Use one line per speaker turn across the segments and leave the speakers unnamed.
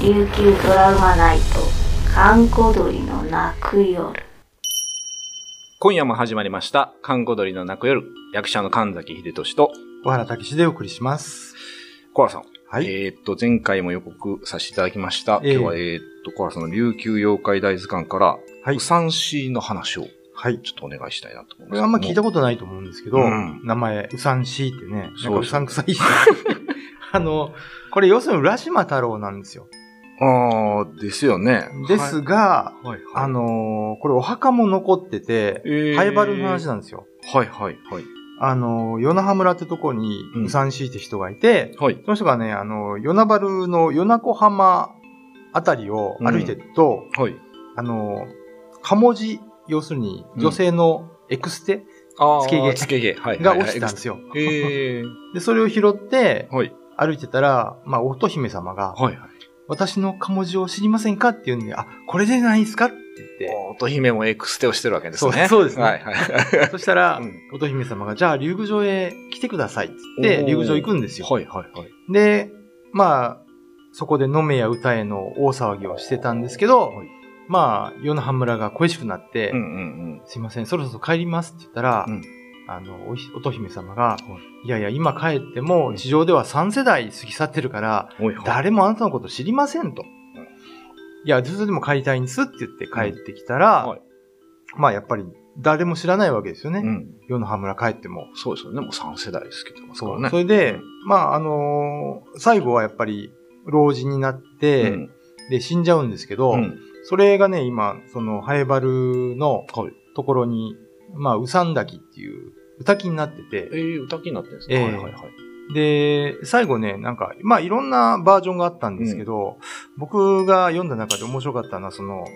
琉球ドラマナイト閑古鳥の泣く夜
今夜も始まりました、韓国鳥の泣く夜、役者の神崎秀俊と、
小原武史でお送りします。
コアさん。
はい。
えーっと、前回も予告させていただきました。
ええ
今日は、えーっと、コアさんの琉球妖怪大図鑑から、
は
う
い。
さんしの話をちょ
はい。
っとお願いしたいなと思い
こ
ます。
れあんま聞いた
こ
ことないと思うんですけど、
うん
名前、うさんしーってね、なん
そ
か
う
う
そ
さ
うん
くさいし。 あの、これ要するに浦島太郎なんですよ。
とあー、ですよね。
ですが、
はい、はい、
あ、のーこれお墓も残ってて、ハイバルの話
だ。
なんですよ。
はい、はい、はい。
あのー、与那覇村ってとこに
うん
うさんしーって人がいて、
はい。
その人がね、あのー、与那原の与那子浜あたりを歩いてると、
はい。
あのー、かもじ、要するに女性のエクステ
あー
つけ毛
つけ毛。はい。
が落ちたんですよ。
はいはいえ
で、それを拾って
ー、はい。
歩いてたら、まあ、乙姫様が、
はい、はい。
私のかもじを知りませんかって言うんで、あ、これでないですかって言っ
乙姫もエクステをしてるわけですね。
そうそうですね
はい、はい。
て、そしたら、
うん
乙姫様が、じゃあ、竜宮城へ来てくださいって言って、
おー
竜宮城行くんですよ。
はい、はい、はい。
で、まあ、そこで飲めや歌への大騒ぎをしてたんですけど、
はい
まあ、世の葉村が恋しくなって、
うん、うん、
すいません、そろそろ帰りますって言ったら、
うん
あの、おひ乙姫様が、、
はい
やいや、今帰っても、地上では3世代過ぎ去ってるから、
うん。はい、はい。
誰もあなたのこと知りませんと。いや、ずっとでも帰りたいんですって言って帰ってきたら、
はい
まあやっぱり誰も知らないわけですよね。
うん。
世の葉村帰っても。
そうですよね。もう3世代ですけども、
そう。
ね。
それで、まああのー最後はやっぱり老人になって、
うん
で死んじゃうんですけど、
うん
それがね、今、そのハエバルの
はい。
ところに、まあウサンダキっていう歌きになって
え
て、
ー、歌気になってるんです
え
ね。は
え
い、はい、はい。
で、最後ね、なんか、まあいろんなバージョンがあったんですけど、僕が読んだ中で面白かったのは、その、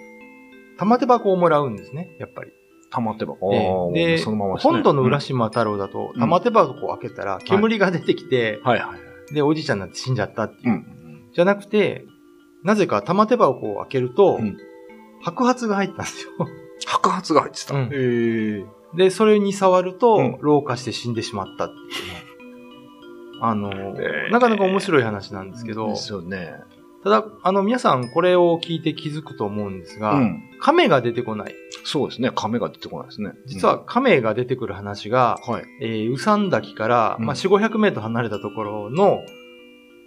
玉手箱をもらうんですね、やっぱり。
溜まってば。あー
で、で
そのままですね
本土の浦島太郎だと、
うん
玉手箱を開けたら煙が出てきて、
うんはい、はい、はい。
で、おじいちゃんになって死んじゃったって
う
いう。
ん。
じゃなくて、なぜか玉手箱を開けると、
うん
白髪が入ったんですよ。
白髪が入ってた。
うん
えー。
で、それに触ると、
うん
老化して死んでしまったっていうね。あの、
えー
なかなか面白い話なんですけど、
ですよね。
ただ、あの、皆さんこれを聞いて気づくと思うんです
う
が、
ん。
亀が出てこない。
そうですね。亀が出てこないですね。
実は亀が出てくる話が、
うん、はい。
えー、うさん滝から、
うん
まあ、4、500メートル離れたところの、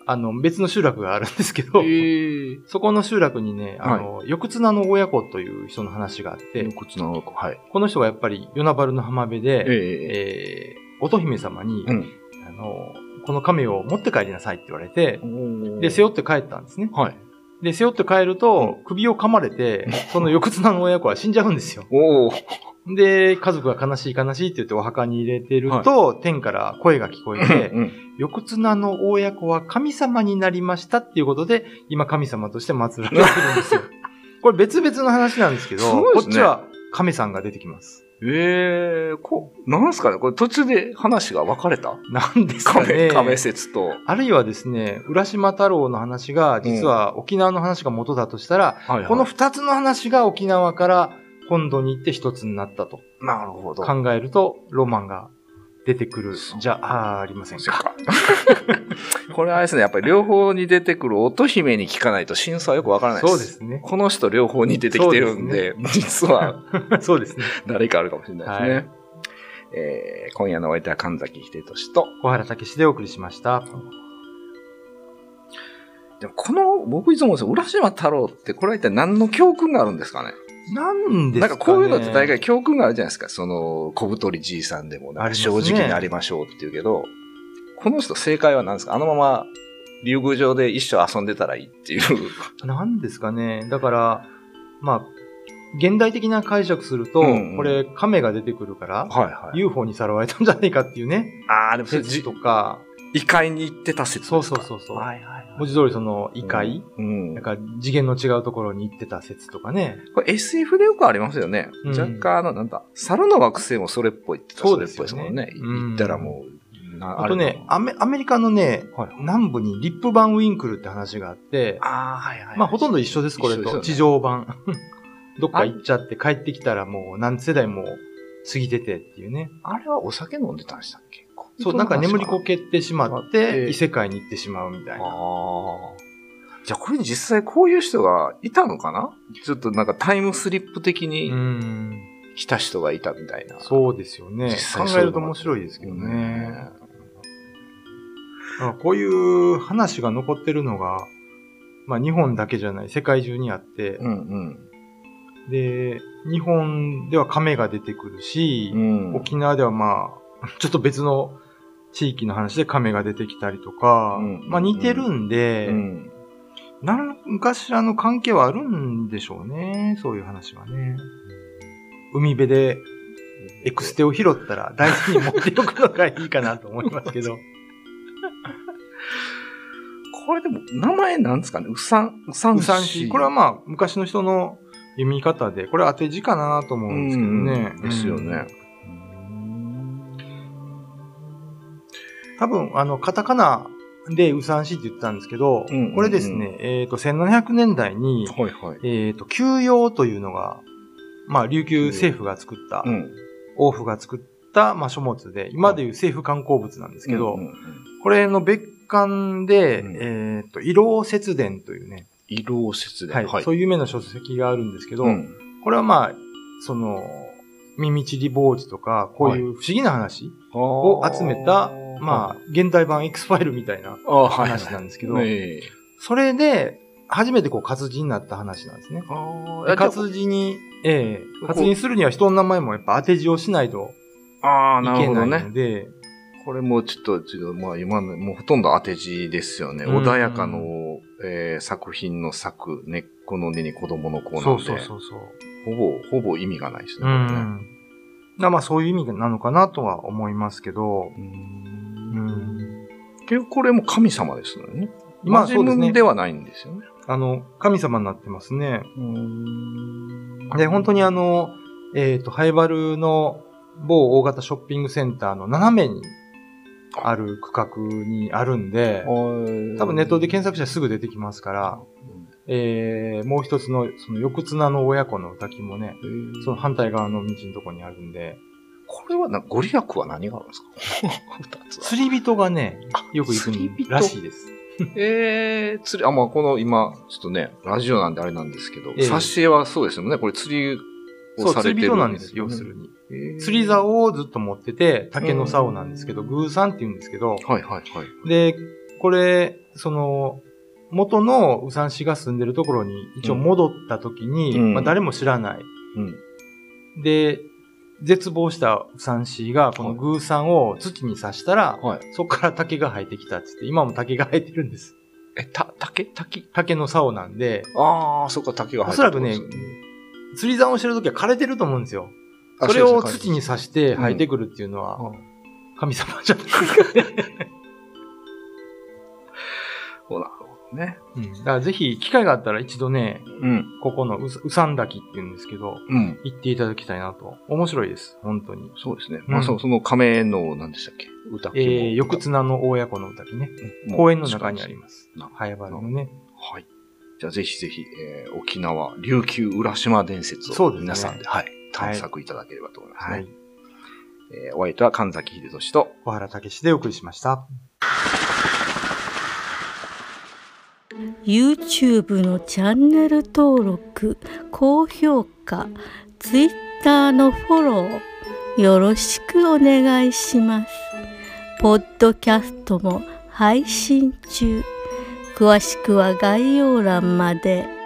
あの、別の集落があるんですけ
え
ど、
ー。
そこの集落にね、あの、翌綱の親子という人の話があって、
こっちの方向はい。
この人がやっぱり、与那原の浜辺
え
で、え
ええ
ー乙姫様に、
え
あの、この亀を持って帰りなさいって言われて
う、ん。
で、背負って帰ったんですね。
はい。
で、背負って帰ると、首を噛まれ て、その翌綱の親子は死んじゃうんですよ。
おお。
で、家族が悲しい悲しいって言ってお墓に入れてると、天から声が聞こえて、
うん
横綱の親子は神様になりましたっていうことで、今神様として祀られてるん ですよ。これ別々の話なんですけど、
すごいで
こ
す
っ
ね
ちは神さんが出てきます。
ええこ、なんすかねこれ途中で話が分かれた
なんですか
亀、
ね。
亀説と。
あるいはですね、浦島太郎の話が、実は沖縄の話が元だとしたら、
はい、はい。
この二つの話が沖縄から本土に行って一つになったと
なるほど。
考えると、ロマンが出てくる
そう、
じゃあ、ありません
そっ
か。
か これはあれですね、やっぱり両方に出てくる乙姫に聞かないと真相はよくわからないです。
そうですね。
この人両方に出てきてるんで、実は
そうですね。
誰かあるかもしれないですね。
はい
えー今夜のお相手は神崎秀俊と、
小原武史でお送りしました。
でもこの、僕いつも思うんですよ、浦島太郎ってこれは一体何の教訓があるんですかね
なんで
な
すかね。
んかこういうのって大概教訓があるじゃないですか。その、小太りじいさんでもなんか
ありますね
正直にありましょうっていうけど、この人正解は何ですかあのまま、竜宮城で一生遊んでたらいいっていう。
なんですかね。だから、まあ、現代的な解釈すると、
うんうん
これ、亀が出てくるから、
はいは
UFO にさらわれたんじゃないかっていうね、
ああ、でもそれ
説
じ
と、か、
異界に行ってた説です
そ
か
うそうそうそう。
いはい、
文字通りその異界、
うん。
なんか次元の違うところに行ってた説とかね。
これ SF でよくありますよね。
うん
若干あの、なんだ、猿の惑星もそれっぽいって言ったら
そ
そうれ
で
っ
す
ぽい
よ
で
ね
すもんね。
うん
行ったらもう、な
あとね、ア
あ
メアメリカの
れ
ね、
はい
南部にリップバンウィンクルって話があって、
あー、はいはいはい。
まあほとんど一緒です、これ
一緒
と。
ですよね
地 上版。どっか行っちゃって帰ってきたらもう何世代も過ぎててっていうね。
あれはお酒飲んでたんでしたっけ
そう、なんか眠りこけてしまっ
ええ
て、異世界に行ってしまうみたいな。
ああ。じゃあこれ実際こういう人がいたのかなちょっとなんかタイムスリップ的
う
に
ん。
来た人がいたみたいな。
そうですよね
実。
考
際そういう
え
の
ると面白いですけどね。だからこういう話が残ってるのが、まあ日本だけじゃない、世界中にあって、
うんうん。
で、日本では亀が出てくるし、
うん
沖縄ではまあ、 ちょっと別の地域の話で亀が出てきたりとか、
うん
まあ似てるんで、
うん
何かしらの関係はあるんでしょうね、そういう話はね。海辺でエクステを拾ったら大事に持っておくのがいいかなと思いますけど。
これでも、名前なんですかねうさん、 うさん
うさんし、これはまあ昔の人の読み方で、これは当て字かなと思うんですけどね。
うんですよ
うん
ね。
多分、あの、カタカナでウサンシって言ってたんですけど、
うんうんうん
これですね、えっ、と、1700年代に、
はいはい。
えっ、と、休養というのが、まあ、琉球政府が作った、
うん。
王府が作った、まあ、書物で、今でいう政府観光物なんですけど、
うんうんうん、
これの別館で、
うん
えっ、と、移動節電というね、
移動節で。
はい、そういう名の書籍があるんですけど、
うん
これはまあ、その、耳ちり坊主とか、こういう不思議な話を集めた、まあ、現代版 X ファイルみたいな
あ、あはい
話なんですけど、
ええ
それで、初めてこう活字になった話なんですね。
あ
で
あ、
活字に、ええ
こう
活字にするには人の名前もやっぱ当て字をしないと
ああ、
い
な
け
るほ
な
ど
い
ね
の。で、
これもちょっと、ちょっとまあ今の、もうほとんど当て字ですよね。
うん
穏やかの、えー作品の作、根っこの根に子供の子な
そ
ん
う
で、
そうそうそう。
ほぼ、ほぼ意味がないですね。
う
これね
ん。だまあそういう意味なのかなとは思いますけど、うん、
結局これも神様ですよね。
ま
今、
あそうですね
で。はないんですよね。
あの、神様になってますね。
うん
で、本当にあの、えっ、と、ハイバルの某大型ショッピングセンターの斜めにある区画にあるんで、多
多
分ネットで検索したらすぐ出てきますから、えー、もう一つの、その、横綱の親子の歌きもね、その反対側の道のとこにあるんで、
これはな、ご利益は何があるんですか 二つは
釣り人がね、よく行く
釣り人
らしいです。
えー、釣り、あ、まあ、この今、ちょっとね、ラジオなんであれなんですけど、
ええ
挿絵はそうですよね。これ釣り
そ
を
う、
されてる
釣り人なんです、要するに。
に
釣り竿をずっと持ってて、竹の竿なんですけど、
うん
偶算って言うんですけ
は
ど、
いはいはい。
で、これ、その、元のウサンシが住んでるところに一応戻った時
う
に、
ん
まあ誰も知らない。
うん。
で、絶望したウサンシがこの偶算を土に刺したら、
はい。
そこから竹が生えてきたってって、今も竹が生えてるんです。
え、た、竹滝
竹の竿なんで、
ああ、そっか、竹が入
お
っ
そ
て
ら
る
く
んで
ね
すよ、
釣り竿をしてる時は枯れてると思うんですよ。
あ
それを
うです
土に刺して生えてくるっていうの
あ
は、神様じゃないです かね。
そうなるほどね。
うんだからぜひ、機会があったら一度ね、
うん。
ここのうさうさんだきって言うんですけど、
うん。
行っていただきたいなと。面白いです、本当に。
そうですね。
うん
まあ、そその亀の、何でしたっけ歌
えー、翌綱の親子の歌きね、公園の中にあり
ま
ます
な。
ハヤバルのね。
す。はい。じゃあ、ぜひぜひ、えー沖縄、琉球浦島伝説
そう
を
ですね
皆さんで、はい、探索いただければと思いますね。
はい。
えーお相手は神崎秀俊と、
小原武史でお送りしました。
YouTube のチャンネル登録高評価 Twitter のフォローよろしくお願いしますポッドキャストも配信中詳しくは概要欄まで。